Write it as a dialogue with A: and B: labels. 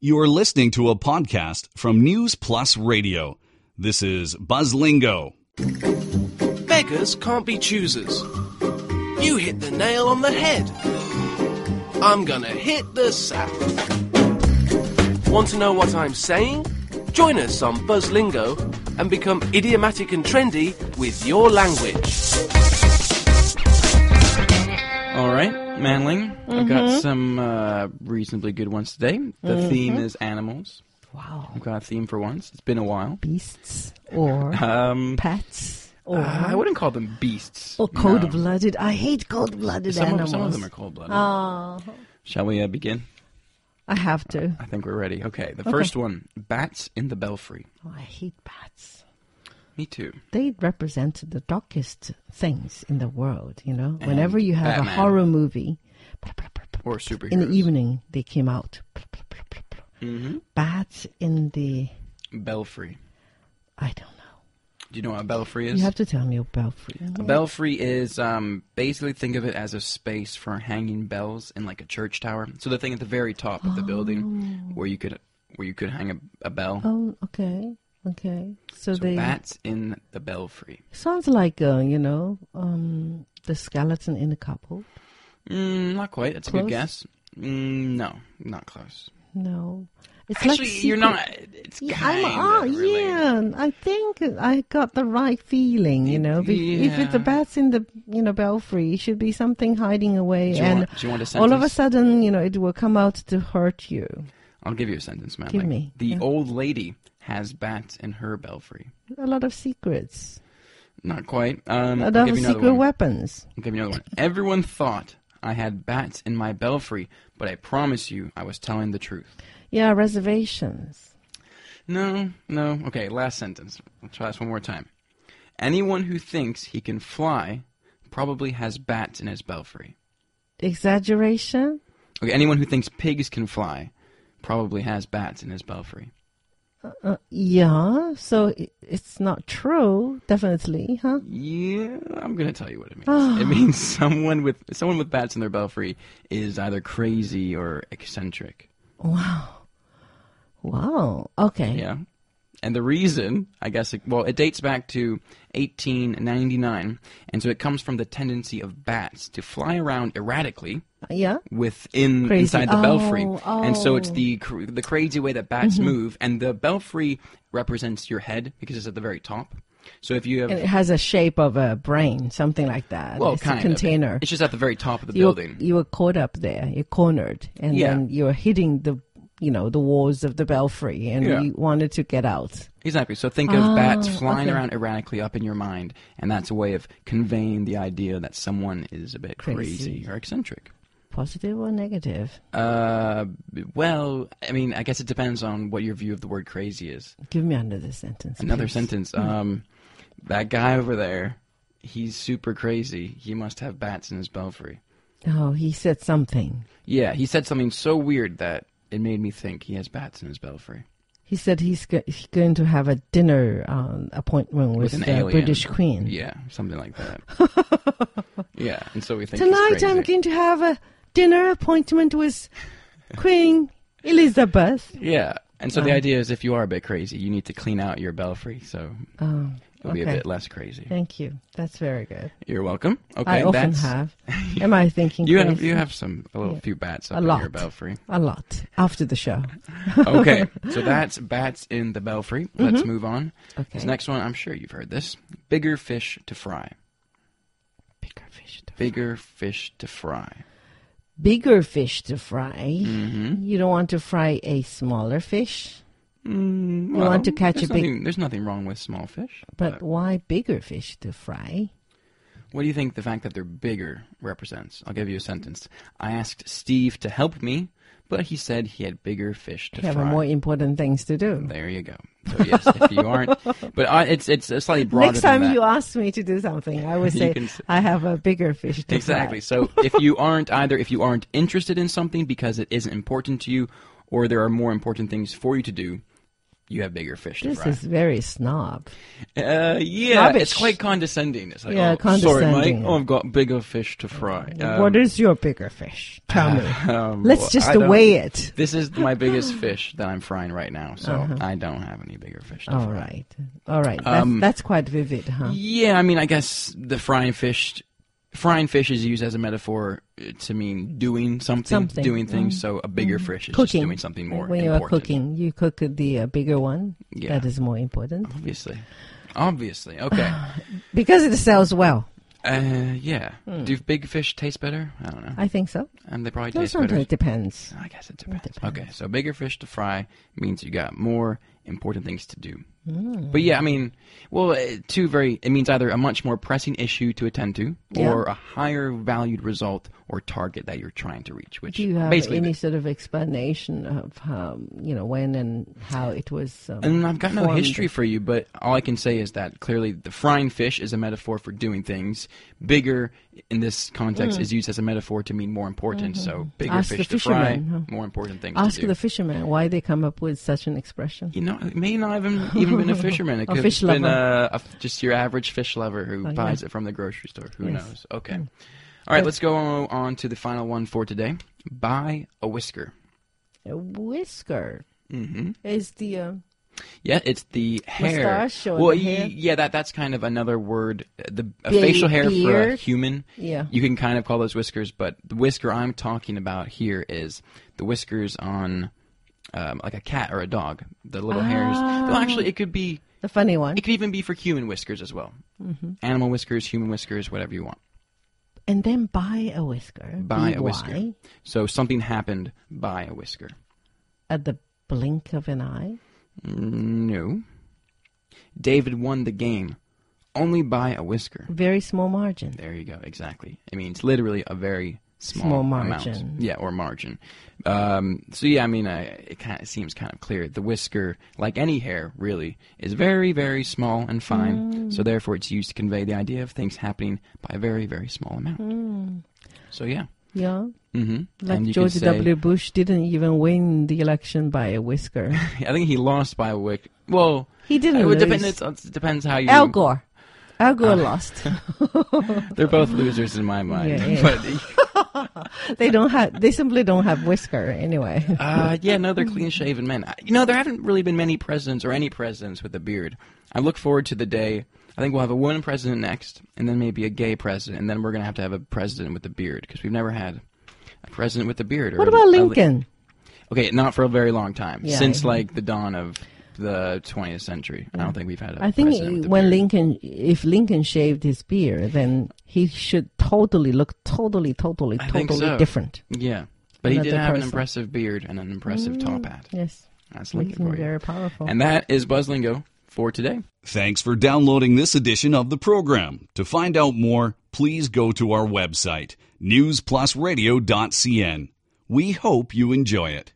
A: You are listening to a podcast from News Plus Radio. This is Buzzlingo.
B: Beggars can't be choosers. You hit the nail on the head. I'm gonna hit the sack. Want to know what I'm saying? Join us on Buzzlingo and become idiomatic and trendy with your language.
C: All right, Manling. I've
D: Mm-hmm.
C: got some uh, reasonably good ones today. The theme is animals.
D: Wow.
C: I've got a theme for once. It's been a while.
D: Beasts or
C: Um,
D: pets or,
C: I wouldn't call them beasts.
D: or
C: No.
D: cold blooded. I hate cold blooded
C: Some of,
D: animals.
C: some of them are cold blooded.
D: Oh,
C: Shall we uh, begin?
D: I have to.
C: I think we're ready. Okay, the first one bats in the belfry.
D: Oh, I hate bats.
C: Me too.
D: They represent the darkest things in the world, you know? Whenever you have
C: Batman.
D: a horror movie,
C: Or
D: in the
C: superheroes.
D: evening, they came out.
C: Mm-hmm.
D: Bats in the.
C: Belfry.
D: I don't know.
C: Do you know what a belfry is?
D: You have to tell me about free.
C: A belfry is um, basically think of it as a space for hanging bells in like a church tower. So the thing at the very top of the building where you could where you could hang a, a bell.
D: Oh, okay. Okay. So,
C: So
D: they.
C: bats in the belfry.
D: Sounds like, uh, you know, um, the skeleton in the couple.
C: Mm, not quite. That's a
D: Close?
C: good guess. Mm, no, not close.
D: No. It's
C: Actually,
D: like
C: you're
D: secret-
C: not. It's
D: Yeah,
C: kind
D: I'm,
C: of
D: oh,
C: related.
D: yeah. I think I got the right feeling, you know. Be- If it's
C: Yeah.
D: a bat's in the, you know, belfry, it should be something hiding away.
C: Do you
D: and
C: want- do you want a
D: all of a
C: sentence?
D: sudden, you know, it will come out to hurt you.
C: I'll give you a sentence, man.
D: Give me.
C: The
D: Yeah.
C: old lady has bats in her belfry.
D: A lot of secrets.
C: Not quite. Um,
D: A
C: I'll
D: lot
C: give
D: of
C: you another
D: secret
C: one.
D: weapons.
C: I'll give you another one. Everyone thought I had bats in my belfry, but I promise you, I was telling the truth.
D: Yeah, reservations.
C: No, no. Okay, last sentence. I'll try this one more time. Anyone who thinks he can fly probably has bats in his belfry.
D: Exaggeration.
C: Okay, anyone who thinks pigs can fly probably has bats in his belfry.
D: Uh, yeah, so i it's not true, definitely, huh?
C: Yeah, I'm gonna tell you what it means. it means someone with someone with bats in their belfry is either crazy or eccentric.
D: Wow. Okay.
C: Yeah. And the reason, I guess, it, well, it dates back to 1899, and so it comes from the tendency of bats to fly around erratically
D: Yeah?
C: within
D: Crazy.
C: inside the
D: Oh,
C: belfry, and so it's
D: oh. Mm-hmm.
C: the cr- the crazy way that bats move, and the belfry represents your head because it's at the very top. So if you have
D: And it has a shape of a brain, something like that.
C: well,
D: it's
C: kind
D: a
C: of.
D: container.
C: It's just at the very top of the
D: you're,
C: building.
D: you were caught up there. You're cornered, and
C: Yeah.
D: then you're hitting the, you know, the walls of the belfry, and
C: Yeah.
D: you wanted to get out.
C: Exactly. So think of bats flying
D: Oh, okay.
C: around erratically up in your mind, and that's a way of conveying the idea that someone is a bit
D: Crazy.
C: crazy or eccentric.
D: Positive or negative?
C: Uh, well, I mean, I guess it depends on what your view of the word crazy is.
D: Give me another sentence.
C: Another
D: please.
C: sentence. Um, that guy over there, he's super crazy. He must have bats in his belfry.
D: Oh, he said something.
C: Yeah, he said something so weird that it made me think he has bats in his belfry.
D: He said he's, go- he's going to have a dinner um, appointment with,
C: With an
D: the
C: alien.
D: British Queen.
C: Yeah, something like that. yeah, and so we think he's
D: Tonight I'm
C: crazy.
D: going to have a dinner appointment with Queen Elizabeth.
C: Yeah. And so the idea is if you are a bit crazy, you need to clean out your belfry so
D: Oh,
C: you'll be a
D: okay.
C: bit less crazy.
D: Thank you. That's very good.
C: You're welcome. Okay,
D: I often
C: bats.
D: have. Am I thinking
C: You
D: crazy?
C: have you have some a little few bats
D: A
C: up in your
D: lot.
C: belfry.
D: a lot after the show.
C: Okay. so that's bats in the belfry. Let's move on. This
D: Mm-hmm. Okay.
C: next one, I'm sure you've heard this. Bigger fish to fry.
D: Bigger fish to
C: Bigger fish to fry.
D: bigger fish to fry.
C: Mm-hmm.
D: You don't want to fry a smaller fish,
C: Mm,
D: You want to catch
C: there's
D: a big-
C: nothing- There's nothing wrong with small fish.
D: but why bigger fish to fry?
C: What do you think the fact that they're bigger represents? I'll give you a sentence. I asked Steve to help me, but he said he had bigger fish to
D: You have
C: fry.
D: more important things to do.
C: There you go. So yes, if you aren't, but I, it's it's slightly broader.
D: Next
C: than
D: time
C: that.
D: you ask me to do something, I would
C: You
D: say
C: can s-
D: I have a bigger fish to
C: Exactly.
D: fry.
C: So if you aren't either, if you aren't interested in something because it isn't important to you, or there are more important things for you to do, you have bigger fish
D: This
C: to fry.
D: is very snob.
C: uh, yeah,
D: Rubbish.
C: it's quite condescending. It's like,
D: Yeah,
C: oh, sorry,
D: condescending.
C: Mike. Oh, I've got bigger fish to fry. Um,
D: what is your bigger fish? Tell me.
C: um,
D: Let's
C: well,
D: just
C: I don't-
D: weigh it.
C: This is my biggest fish that I'm frying right now, so
D: Uh-huh.
C: I don't have any bigger fish to
D: All
C: fry.
D: right. All right.
C: Um,
D: that's, that's quite vivid, huh?
C: Yeah, I mean, I guess the frying fish, frying fish is used as a metaphor uh, to mean doing something,
D: Something, Mm-hmm.
C: doing things. So a bigger fish is
D: Cooking.
C: just doing something more
D: when you are
C: important.
D: cooking, you cook the uh, bigger one.
C: Yeah. Uh-huh.
D: That is more important
C: Obviously, obviously. Okay.
D: because it sells well.
C: Uh, yeah. Do big fish taste better? I don't know.
D: Hmm. I think so.
C: And they probably
D: No,
C: taste
D: sometimes
C: better.
D: it depends.
C: I guess it depends. Okay, so bigger fish to fry means you got more important things to do.
D: Hmm.
C: But yeah, I mean, well, eh, two very. It means either a much more pressing issue to attend to,
D: Yeah.
C: or a higher valued result or target that you're trying to reach. Which
D: Do you have
C: basically,
D: any sort of explanation of how you know when and how it was? Um,
C: and I've got no
D: formed?
C: history for you, but all I can say is that clearly the frying fish is a metaphor for doing things. Bigger in this context is used as a metaphor to mean more important. So bigger
D: Hmm. Mm-hmm. Ask the
C: fish to fry,
D: fisherman, huh?
C: more important things.
D: Ask
C: to do.
D: the fishermen why they come up with such an expression.
C: You know, it may not even even been a fisherman. It
D: A
C: could
D: fish
C: have been
D: lover.
C: uh, a f- just your average fish lover who
D: yeah.
C: buys it from the grocery store. Who
D: Yes. Hmm.
C: knows? Okay. All right, let's go on to the final one for today. Buy a whisker.
D: A whisker
C: Mm-hmm.
D: is the uh,
C: Yeah, it's the hair.
D: Mustache or
C: well,
D: the hair?
C: yeah, that that's kind of another word. uh, The a
D: Be-
C: facial hair for a
D: beard?
C: human.
D: Yeah.
C: you can kind of call those whiskers, but the whisker I'm talking about here is the whiskers on um, like a cat or a dog. The little hairs. Well,
D: Ah.
C: actually, it could be
D: the funny one,
C: It could even be for human whiskers as well. Animal whiskers, human whiskers, whatever you want.
D: and then buy a whisker.
C: Buy a whisker.
D: BY,
C: So something happened by a whisker.
D: at the blink of an eye.
C: No. David won the game only by a whisker.
D: Very small margin.
C: There you go. Exactly. It means literally a very small,
D: Small
C: amount.
D: margin.
C: Yeah, or margin. Um, so yeah, I mean, I, it kind of seems kind of clear. The whisker, like any hair, really, is very, very small and fine.
D: Mm.
C: So therefore, it's used to convey the idea of things happening by a very, very small amount. So yeah.
D: Yeah,
C: Mm-hmm.
D: Mm. like George W. Bush didn't even win the election by a whisker.
C: I think he lost by a wick. Well,
D: He didn't
C: It would depend,
D: lose.
C: it's- it depends how you. Ah.
D: Al Gore. Al Gore lost.
C: They're both losers in my mind.
D: Yeah, yeah.
C: But
D: they don't have. They simply don't have whisker anyway.
C: uh, yeah, no, they're clean-shaven men. I- You know, there haven't really been many presidents or any presidents with a beard. I look forward to the day. I think we'll have a woman president next, and then maybe a gay president, and then we're gonna have to have a president with a beard because we've never had a president with a beard. Or
D: What
C: a-
D: about
C: a li-
D: Lincoln?
C: okay, not for a very long time.
D: Yeah.
C: Since like the dawn of the 20th century, I don't think we've had. a
D: I think
C: president with a
D: when
C: beard.
D: Lincoln, if Lincoln shaved his beard, then he should totally look totally, totally,
C: I think
D: totally
C: so.
D: different.
C: Yeah. But he did
D: Another
C: have an
D: person. Mm.
C: impressive beard and an impressive top hat.
D: Yes,
C: That's
D: he's
C: Lincoln for you.
D: very powerful.
C: And that is Buzz Lingo for today.
A: Thanks for downloading this edition of the program. To find out more, please go to our website, newsplusradio.cn. We hope you enjoy it.